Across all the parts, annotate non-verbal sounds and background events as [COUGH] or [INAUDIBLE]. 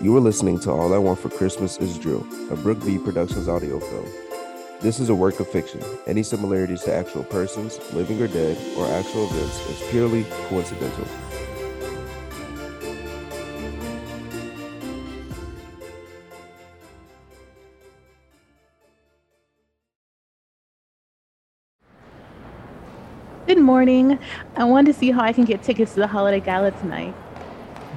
You are listening to All I Want for Christmas is Drill, a Brook V Productions audio film. This is a work of fiction. Any similarities to actual persons, living or dead, or actual events is purely coincidental. Good morning. I wanted to see how I can get tickets to the holiday gala tonight.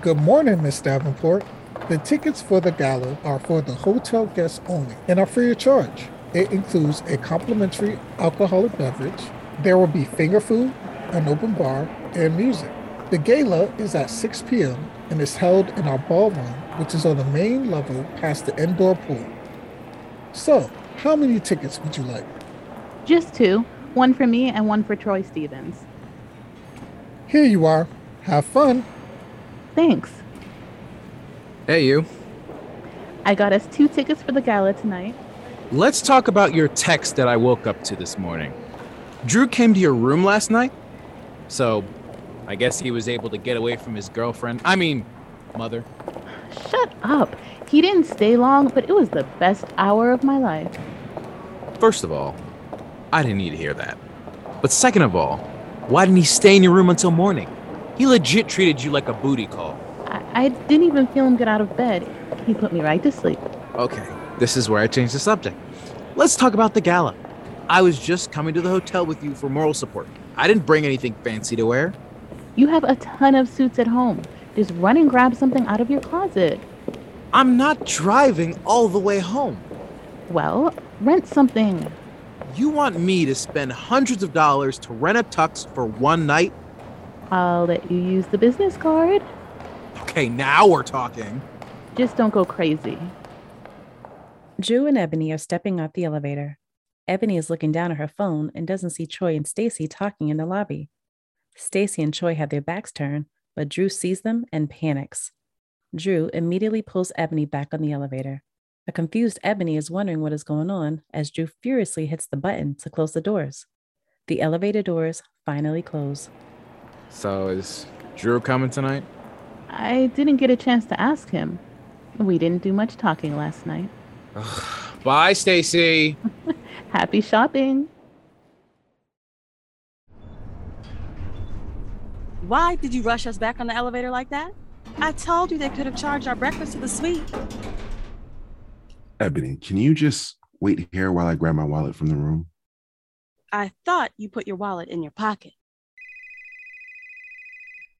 Good morning, Miss Davenport. The tickets for the gala are for the hotel guests only and are free of charge. It includes a complimentary alcoholic beverage. There will be finger food, an open bar, and music. The gala is at 6 p.m. and is held in our ballroom, which is on the main level past the indoor pool. So, how many tickets would you like? Just two one for me and one for Troy Stevens. Here you are. Have fun. Thanks. Hey, you. I got us two tickets for the gala tonight. Let's talk about your text that I woke up to this morning. Drew came to your room last night, so I guess he was able to get away from his girlfriend. I mean, mother. Shut up. He didn't stay long, but it was the best hour of my life. First of all, I didn't need to hear that. But second of all, why didn't he stay in your room until morning? He legit treated you like a booty call. I, I didn't even feel him get out of bed. He put me right to sleep. Okay, this is where I change the subject. Let's talk about the gala. I was just coming to the hotel with you for moral support. I didn't bring anything fancy to wear. You have a ton of suits at home. Just run and grab something out of your closet. I'm not driving all the way home. Well, rent something. You want me to spend hundreds of dollars to rent a tux for one night? I'll let you use the business card. Okay, now we're talking. Just don't go crazy. Drew and Ebony are stepping off the elevator. Ebony is looking down at her phone and doesn't see Troy and Stacy talking in the lobby. Stacy and Troy have their backs turned, but Drew sees them and panics. Drew immediately pulls Ebony back on the elevator. A confused Ebony is wondering what is going on as Drew furiously hits the button to close the doors. The elevator doors finally close. So, is Drew coming tonight? I didn't get a chance to ask him. We didn't do much talking last night. Bye, Stacy. Happy shopping. Why did you rush us back on the elevator like that? I told you they could have charged our breakfast to the suite. Ebony, can you just wait here while I grab my wallet from the room? I thought you put your wallet in your pocket.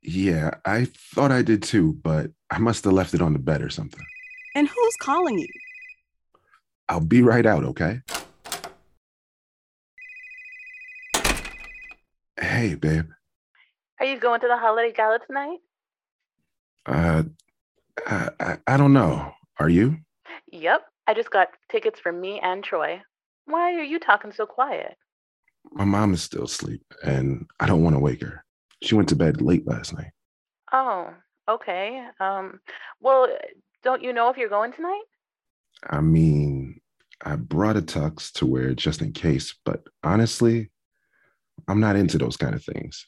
Yeah, I thought I did too, but I must have left it on the bed or something. And who's calling you? I'll be right out, okay? Hey, babe. Are you going to the holiday gala tonight? Uh, I, I, I don't know. Are you? Yep. I just got tickets for me and Troy. Why are you talking so quiet? My mom is still asleep, and I don't want to wake her. She went to bed late last night. Oh, okay. Um, well, don't you know if you're going tonight? I mean, I brought a tux to wear just in case, but honestly, I'm not into those kind of things.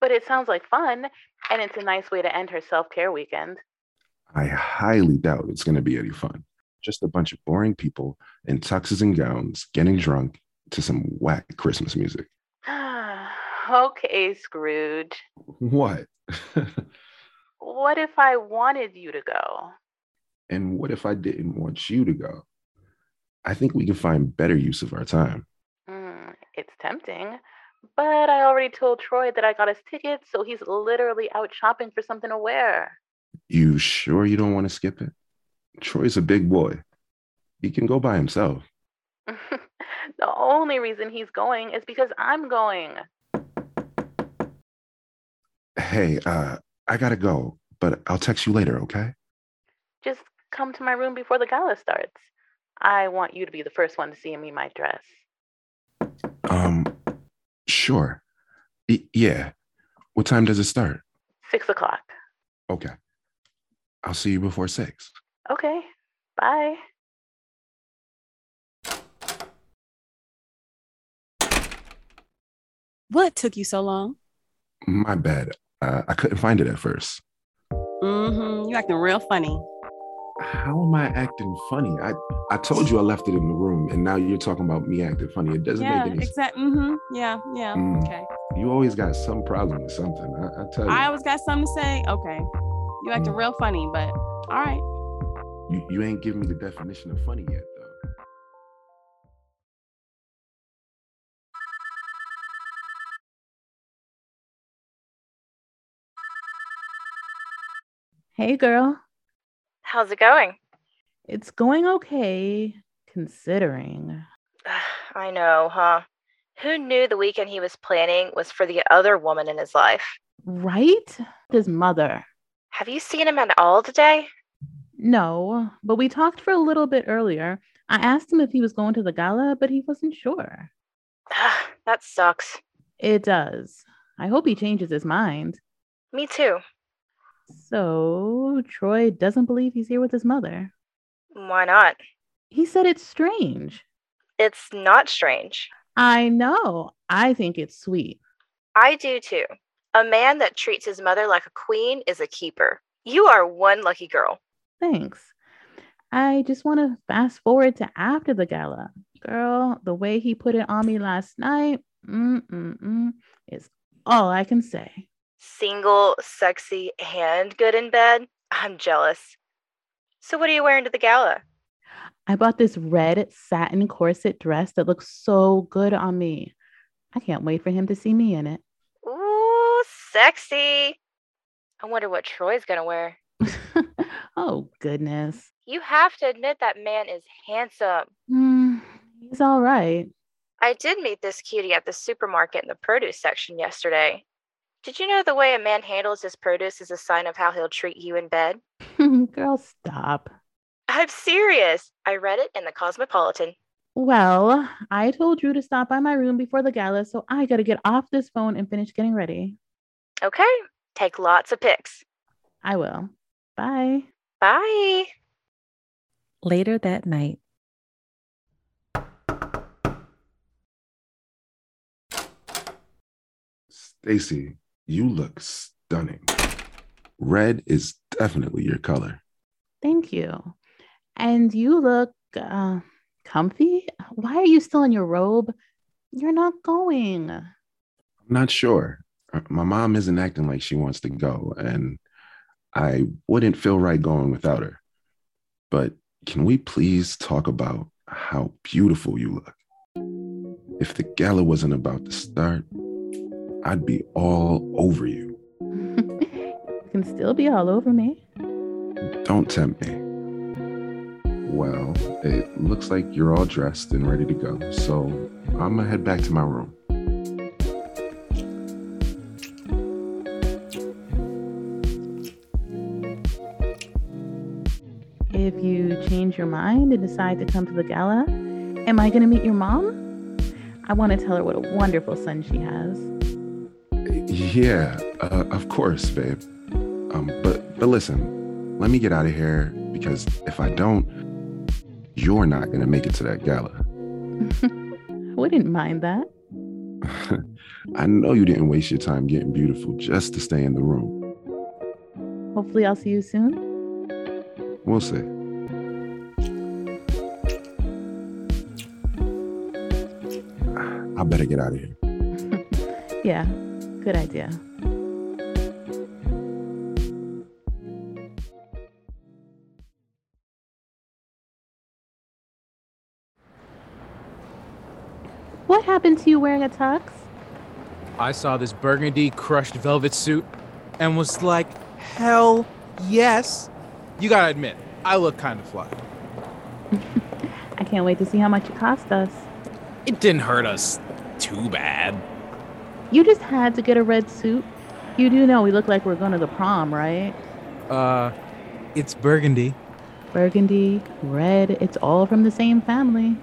But it sounds like fun, and it's a nice way to end her self care weekend. [SIGHS] I highly doubt it's going to be any fun. Just a bunch of boring people in tuxes and gowns getting drunk to some whack Christmas music. okay, Scrooge. What? What if I wanted you to go? and what if I didn't want you to go? I think we can find better use of our time. Mm, it's tempting. But I already told Troy that I got his tickets, so he's literally out shopping for something to wear. [LAUGHS] You sure you don't want to skip it? Troy's a big boy. He can go by himself. the only reason he's going is because I'm going. Hey, uh, I gotta go, but I'll text you later, okay? Just come to my room before the gala starts. I want you to be the first one to see me in my dress. Um, sure. Y- yeah. What time does it start? Six o'clock. Okay. I'll see you before six. Okay, bye. What took you so long? My bad. Uh, I couldn't find it at first. Mm-hmm. You acting real funny. how am I acting funny? I, I told you I left it in the room, and now you're talking about me acting funny. It doesn't yeah, make any sense. exactly. Mm-hmm. Yeah, yeah. Mm. Okay. You always got some problem with something. I, I tell you, I always got something to say. Okay. You acting real funny, but all right. you, you ain't giving me the definition of funny yet, though. Hey, girl. How's it going? [SIGHS] It's going okay, considering. I know, huh? Who knew the weekend he was planning was for the other woman in his life? Right? His mother. Have you seen him at all today? [SIGHS] No, but we talked for a little bit earlier. I asked him if he was going to the gala, but he wasn't sure. Ugh, that sucks. It does. I hope he changes his mind. Me too. So, Troy doesn't believe he's here with his mother. Why not? He said it's strange. It's not strange. I know. I think it's sweet. I do too. A man that treats his mother like a queen is a keeper. You are one lucky girl. Thanks. I just want to fast forward to after the gala. Girl, the way he put it on me last night mm, mm, mm, is all I can say. Single, sexy, and good in bed. I'm jealous. So, what are you wearing to the gala? I bought this red satin corset dress that looks so good on me. I can't wait for him to see me in it. [LAUGHS] Ooh, sexy. I wonder what Troy's going to wear. oh, goodness. You have to admit that man is handsome. Mm, he's all right. [LAUGHS] I did meet this cutie at the supermarket in the produce section yesterday. Did you know the way a man handles his produce is a sign of how he'll treat you in bed? [LAUGHS] Girl, stop. I'm serious. I read it in the Cosmopolitan. Well, I told Drew to stop by my room before the gala, so I gotta get off this phone and finish getting ready. Okay, take lots of pics. I will. Bye. Bye. Later that night. Stacy, you look stunning. Red is definitely your color. Thank you. And you look uh, comfy. Why are you still in your robe? You're not going. I'm not sure. Uh, My mom isn't acting like she wants to go, and I wouldn't feel right going without her. But can we please talk about how beautiful you look? If the gala wasn't about to start, I'd be all over you. [LAUGHS] you can still be all over me. Don't tempt me. Well, it looks like you're all dressed and ready to go, so I'm gonna head back to my room. If you change your mind and decide to come to the gala, am I going to meet your mom? I want to tell her what a wonderful son she has. Yeah, uh, of course, babe. Um, but but listen, let me get out of here because if I don't, you're not gonna make it to that gala. Wouldn't mind that. I know you didn't waste your time getting beautiful just to stay in the room. Hopefully, I'll see you soon. We'll see. I better get out of here. Yeah, good idea. What happened to you wearing a tux? I saw this burgundy crushed velvet suit and was like, hell yes. You gotta admit, I look kind of fly. I can't wait to see how much it cost us. It didn't hurt us too bad. You just had to get a red suit. You do know we look like we're going to the prom, right? Uh, it's burgundy. Burgundy, red, it's all from the same family.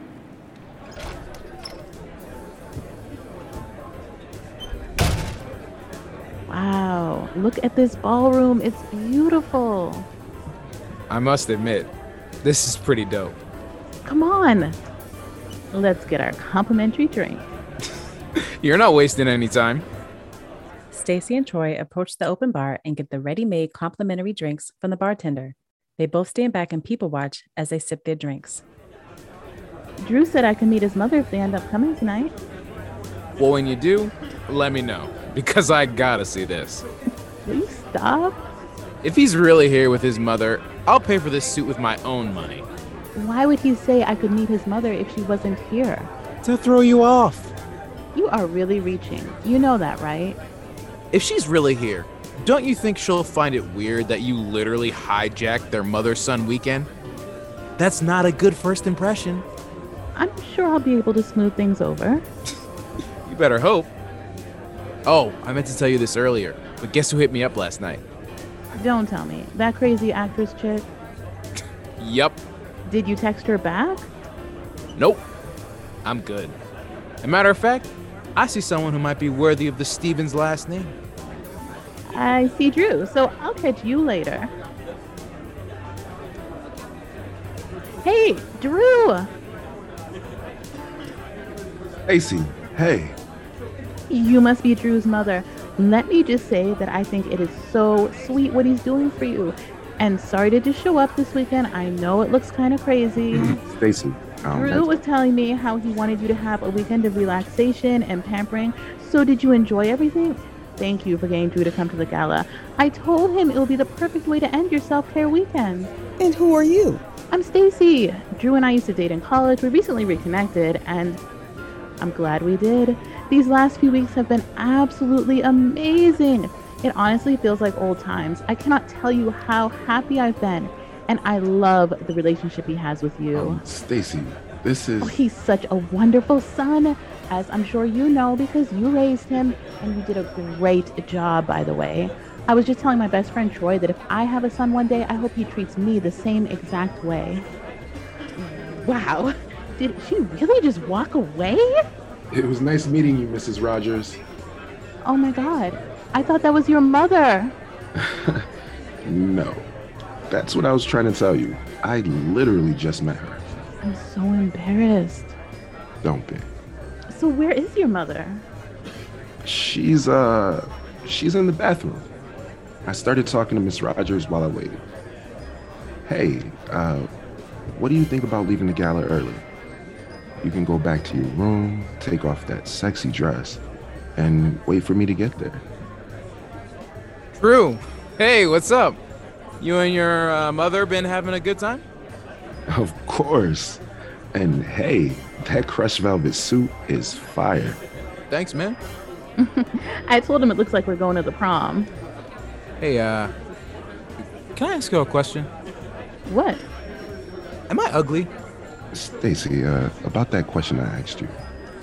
Wow, look at this ballroom. It's beautiful. I must admit, this is pretty dope. Come on. Let's get our complimentary drink. You're not wasting any time. Stacy and Troy approach the open bar and get the ready made complimentary drinks from the bartender. They both stand back and people watch as they sip their drinks. Drew said I could meet his mother if they end up coming tonight. Well, when you do, let me know because I gotta see this. Will you stop? If he's really here with his mother, I'll pay for this suit with my own money. Why would he say I could meet his mother if she wasn't here? To throw you off. You are really reaching. You know that, right? If she's really here, don't you think she'll find it weird that you literally hijacked their mother son weekend? That's not a good first impression. I'm sure I'll be able to smooth things over. You better hope. Oh, I meant to tell you this earlier, but guess who hit me up last night? Don't tell me. That crazy actress chick, Yup. did you text her back? Nope. I'm good. As a matter of fact, I see someone who might be worthy of the Stevens last name. I see Drew, so I'll catch you later. Hey, Drew! Stacy, hey, You must be Drew's mother. Let me just say that I think it is so sweet what he's doing for you. And sorry to just show up this weekend. I know it looks kind of crazy. Stacy. Um, Drew was telling me how he wanted you to have a weekend of relaxation and pampering. So, did you enjoy everything? Thank you for getting Drew to come to the gala. I told him it would be the perfect way to end your self care weekend. And who are you? I'm Stacy. Drew and I used to date in college. We recently reconnected, and I'm glad we did. These last few weeks have been absolutely amazing. It honestly feels like old times. I cannot tell you how happy I've been, and I love the relationship he has with you. um, Stacy, this is Oh, he's such a wonderful son, as I'm sure you know because you raised him and you did a great job, by the way. I was just telling my best friend Troy that if I have a son one day, I hope he treats me the same exact way. Wow. Did she really just walk away? It was nice meeting you, Mrs. Rogers. Oh my god. I thought that was your mother. No. That's what I was trying to tell you. I literally just met her. I'm so embarrassed. Don't be. So, where is your mother? She's uh she's in the bathroom. I started talking to Miss Rogers while I waited. Hey, uh what do you think about leaving the gala early? You can go back to your room, take off that sexy dress, and wait for me to get there. Drew, hey, what's up? You and your uh, mother been having a good time? Of course. And hey, that crushed velvet suit is fire. Thanks, man. I told him it looks like we're going to the prom. Hey, uh, can I ask you a question? What? Am I ugly? Stacy, uh, about that question I asked you.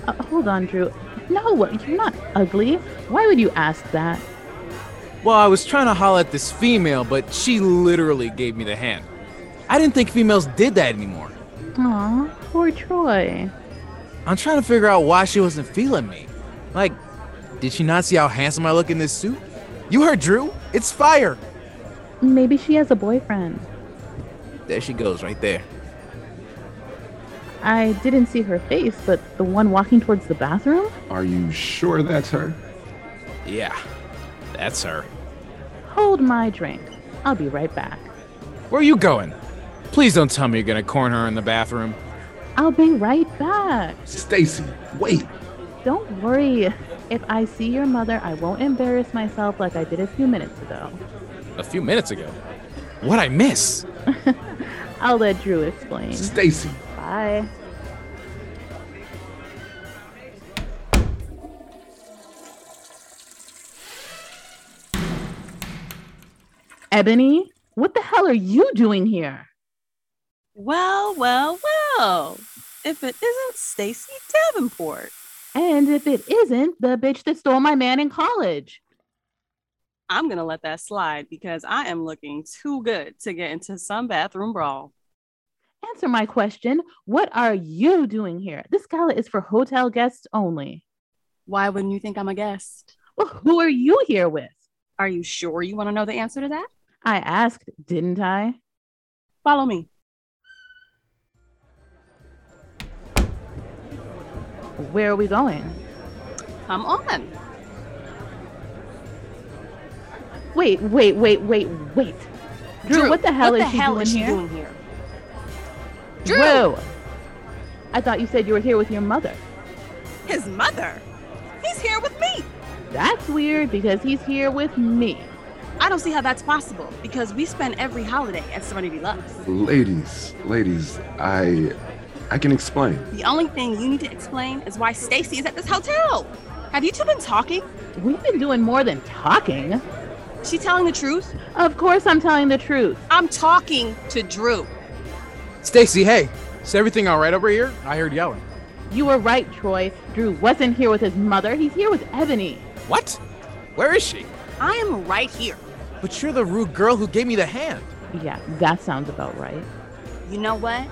Uh, hold on, Drew. No, you're not ugly. Why would you ask that? Well, I was trying to holler at this female, but she literally gave me the hand. I didn't think females did that anymore. Aw, poor Troy. I'm trying to figure out why she wasn't feeling me. Like, did she not see how handsome I look in this suit? You heard Drew? It's fire. Maybe she has a boyfriend. There she goes, right there. I didn't see her face, but the one walking towards the bathroom? Are you sure that's her? Yeah, that's her. Hold my drink. I'll be right back. Where are you going? Please don't tell me you're gonna corn her in the bathroom. I'll be right back. Stacy, wait. Don't worry. If I see your mother, I won't embarrass myself like I did a few minutes ago. A few minutes ago. What I miss? I'll let Drew explain. Stacy. Bye. Ebony, what the hell are you doing here? Well, well, well. If it isn't Stacy Davenport, And if it isn't the bitch that stole my man in college. I'm going to let that slide because I am looking too good to get into some bathroom brawl. Answer my question. What are you doing here? This gala is for hotel guests only. Why wouldn't you think I'm a guest? Well, who are you here with? Are you sure you want to know the answer to that? I asked, didn't I? Follow me. Where are we going? Come on. Wait, wait, wait, wait, wait. Drew, what the hell what is the she hell doing is she here? doing here? Drew! Drew! I thought you said you were here with your mother. His mother. He's here with me. That's weird because he's here with me. I don't see how that's possible because we spend every holiday at Serenity Lux. Ladies, ladies, I I can explain. The only thing you need to explain is why Stacy is at this hotel. Have you two been talking? We've been doing more than talking. She telling the truth? Of course, I'm telling the truth. I'm talking to Drew. Stacy, hey, is everything all right over here? I heard yelling. You were right, Troy. Drew wasn't here with his mother. He's here with Ebony. What? Where is she? I am right here. But you're the rude girl who gave me the hand. Yeah, that sounds about right. You know what?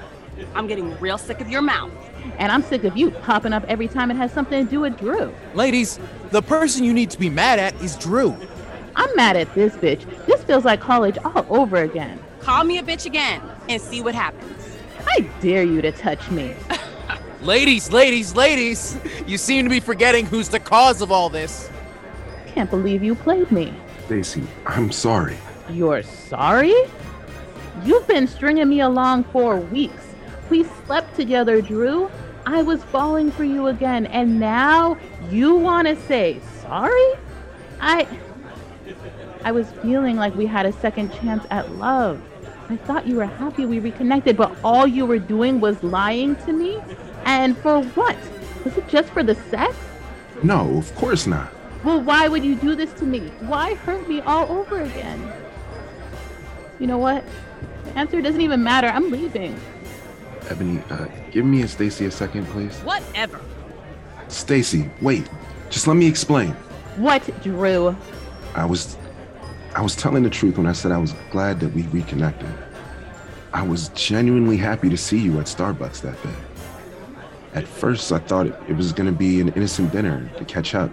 I'm getting real sick of your mouth. And I'm sick of you popping up every time it has something to do with Drew. Ladies, the person you need to be mad at is Drew. I'm mad at this bitch. This feels like college all over again. Call me a bitch again and see what happens. I dare you to touch me. Ladies, ladies, ladies, [LAUGHS] you seem to be forgetting who's the cause of all this. Can't believe you played me. Stacy, I'm sorry. You're sorry? You've been stringing me along for weeks. We slept together, Drew. I was falling for you again, and now you want to say sorry? I I was feeling like we had a second chance at love. I thought you were happy we reconnected, but all you were doing was lying to me. And for what? Was it just for the sex? No, of course not. Well, why would you do this to me? Why hurt me all over again? You know what? The answer doesn't even matter. I'm leaving. Ebony, uh, give me and Stacy a second, please. Whatever. Stacy, wait. Just let me explain. What, Drew? I was I was telling the truth when I said I was glad that we reconnected. I was genuinely happy to see you at Starbucks that day. At first, I thought it, it was going to be an innocent dinner to catch up,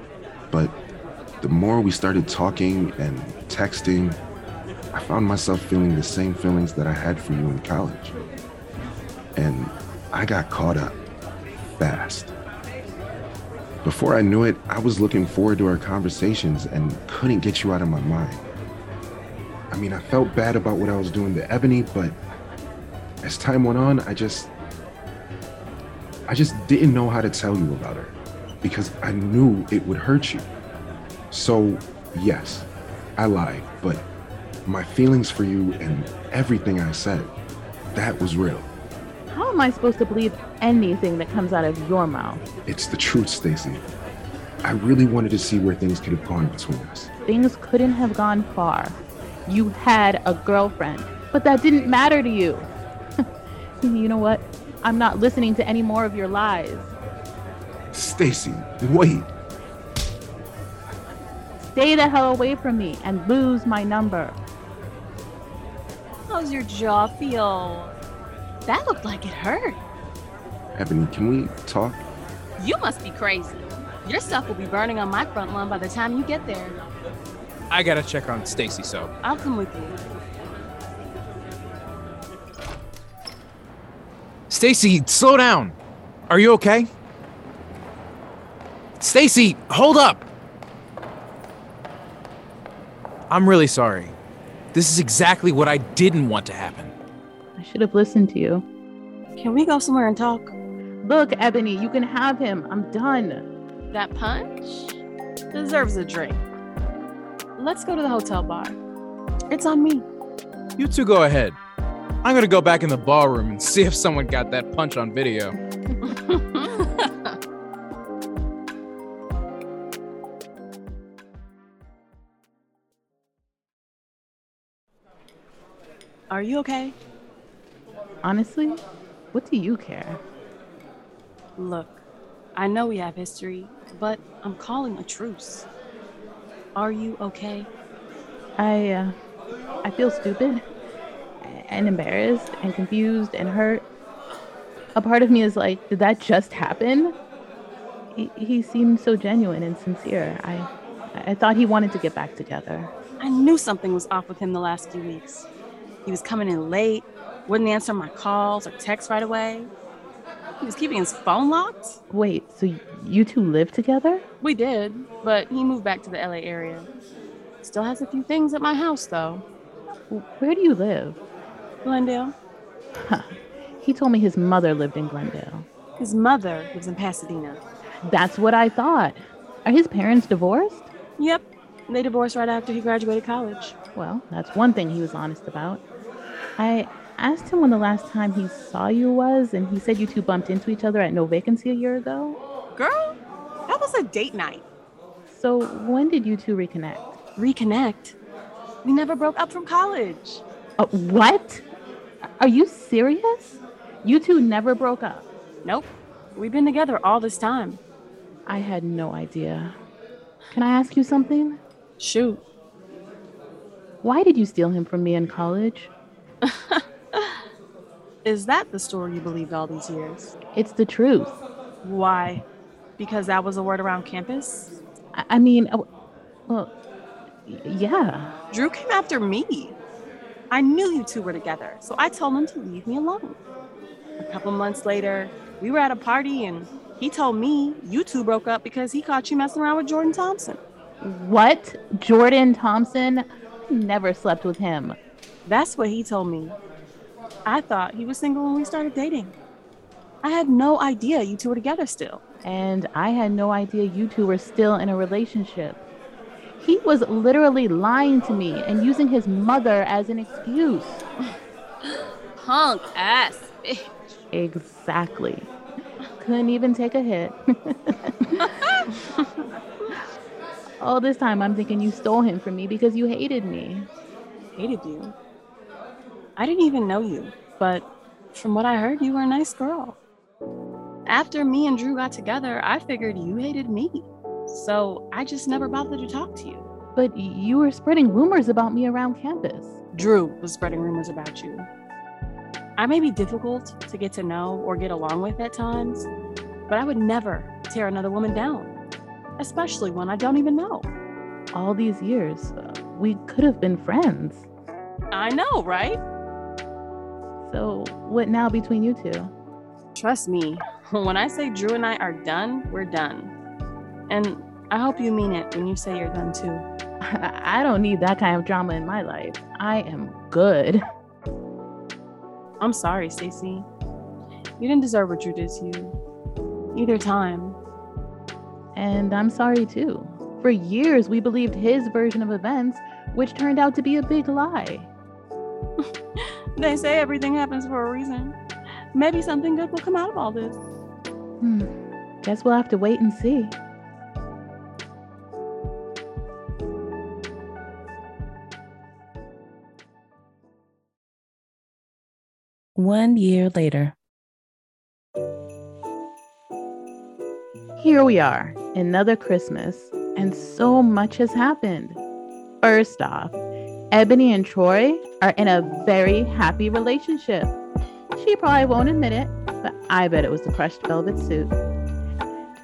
but the more we started talking and texting, I found myself feeling the same feelings that I had for you in college. And I got caught up fast. Before I knew it, I was looking forward to our conversations and couldn't get you out of my mind. I mean, I felt bad about what I was doing to Ebony, but as time went on, I just I just didn't know how to tell you about her because I knew it would hurt you. So, yes, I lied, but my feelings for you and everything I said, that was real. How am I supposed to believe anything that comes out of your mouth? It's the truth, Stacy. I really wanted to see where things could have gone between us. Things couldn't have gone far. You had a girlfriend, but that didn't matter to you. [LAUGHS] you know what? I'm not listening to any more of your lies. Stacy, wait. Stay the hell away from me and lose my number. How's your jaw feel? That looked like it hurt. Ebony, can we talk? You must be crazy. Your stuff will be burning on my front lawn by the time you get there. I gotta check on Stacy, so. I'll come with you. Stacy, slow down. Are you okay? Stacy, hold up. I'm really sorry. This is exactly what I didn't want to happen. I should have listened to you. Can we go somewhere and talk? Look, Ebony, you can have him. I'm done. That punch deserves a drink. Let's go to the hotel bar. It's on me. You two go ahead. I'm gonna go back in the ballroom and see if someone got that punch on video. Are you okay? Honestly, what do you care? Look, I know we have history, but I'm calling a truce. Are you okay? I, uh, I feel stupid and embarrassed and confused and hurt. A part of me is like, did that just happen? He, he seemed so genuine and sincere. I, I thought he wanted to get back together. I knew something was off with him the last few weeks. He was coming in late, wouldn't answer my calls or texts right away. He was keeping his phone locked. Wait, so y- you two live together? We did, but he moved back to the LA area. Still has a few things at my house though. Where do you live? Glendale. Huh. He told me his mother lived in Glendale. His mother lives in Pasadena. That's what I thought. Are his parents divorced? Yep. They divorced right after he graduated college. Well, that's one thing he was honest about. I asked him when the last time he saw you was, and he said you two bumped into each other at No Vacancy a year ago. Girl, that was a date night. So when did you two reconnect? Reconnect? We never broke up from college. Uh, what? Are you serious? You two never broke up. Nope. We've been together all this time. I had no idea. Can I ask you something? Shoot. Why did you steal him from me in college? Is that the story you believed all these years? It's the truth. Why? Because that was a word around campus? I, I mean, uh, well, yeah. Drew came after me. I knew you two were together, so I told him to leave me alone. A couple months later, we were at a party and he told me you two broke up because he caught you messing around with Jordan Thompson. What? Jordan Thompson? Never slept with him. That's what he told me. I thought he was single when we started dating. I had no idea you two were together still. And I had no idea you two were still in a relationship. He was literally lying to me and using his mother as an excuse. [LAUGHS] Punk ass bitch. Exactly. Couldn't even take a hit. [LAUGHS] All this time I'm thinking you stole him from me because you hated me. Hated you? I didn't even know you, but from what I heard, you were a nice girl. After me and Drew got together, I figured you hated me. So I just never bothered to talk to you. But you were spreading rumors about me around campus. Drew was spreading rumors about you. I may be difficult to get to know or get along with at times, but I would never tear another woman down, especially one I don't even know. All these years, uh, we could have been friends. I know, right? So, what now between you two? Trust me, [LAUGHS] when I say Drew and I are done, we're done. And I hope you mean it when you say you're done too. [LAUGHS] I don't need that kind of drama in my life. I am good. I'm sorry, Stacy. You didn't deserve what Drew did to you. Either time. And I'm sorry too. For years, we believed his version of events, which turned out to be a big lie. they say everything happens for a reason. Maybe something good will come out of all this. Hmm. Guess we'll have to wait and see. One year later. Here we are, another Christmas, and so much has happened. First off, Ebony and Troy are in a very happy relationship. She probably won't admit it, but I bet it was the crushed velvet suit.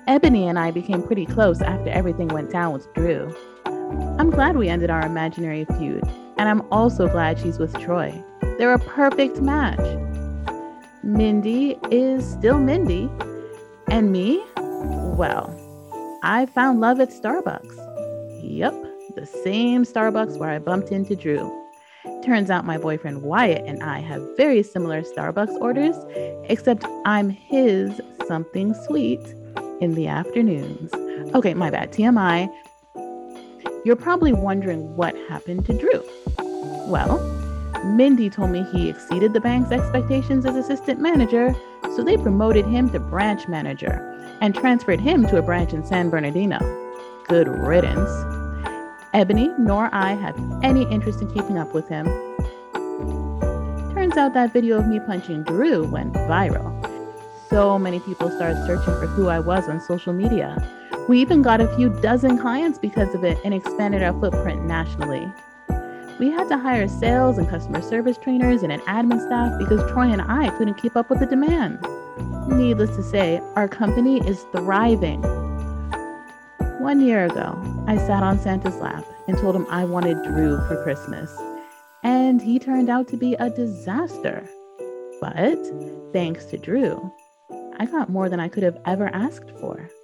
Ebony and I became pretty close after everything went down with Drew. I'm glad we ended our imaginary feud, and I'm also glad she's with Troy. They're a perfect match. Mindy is still Mindy. And me? Well, I found love at Starbucks. Yep, the same Starbucks where I bumped into Drew. Turns out my boyfriend Wyatt and I have very similar Starbucks orders, except I'm his something sweet in the afternoons. Okay, my bad, TMI. You're probably wondering what happened to Drew. Well, Mindy told me he exceeded the bank's expectations as assistant manager, so they promoted him to branch manager and transferred him to a branch in San Bernardino. Good riddance. Ebony nor I have any interest in keeping up with him. Turns out that video of me punching Drew went viral. So many people started searching for who I was on social media. We even got a few dozen clients because of it and expanded our footprint nationally. We had to hire sales and customer service trainers and an admin staff because Troy and I couldn't keep up with the demand. Needless to say, our company is thriving. One year ago, I sat on Santa's lap and told him I wanted Drew for Christmas. And he turned out to be a disaster. But thanks to Drew, I got more than I could have ever asked for.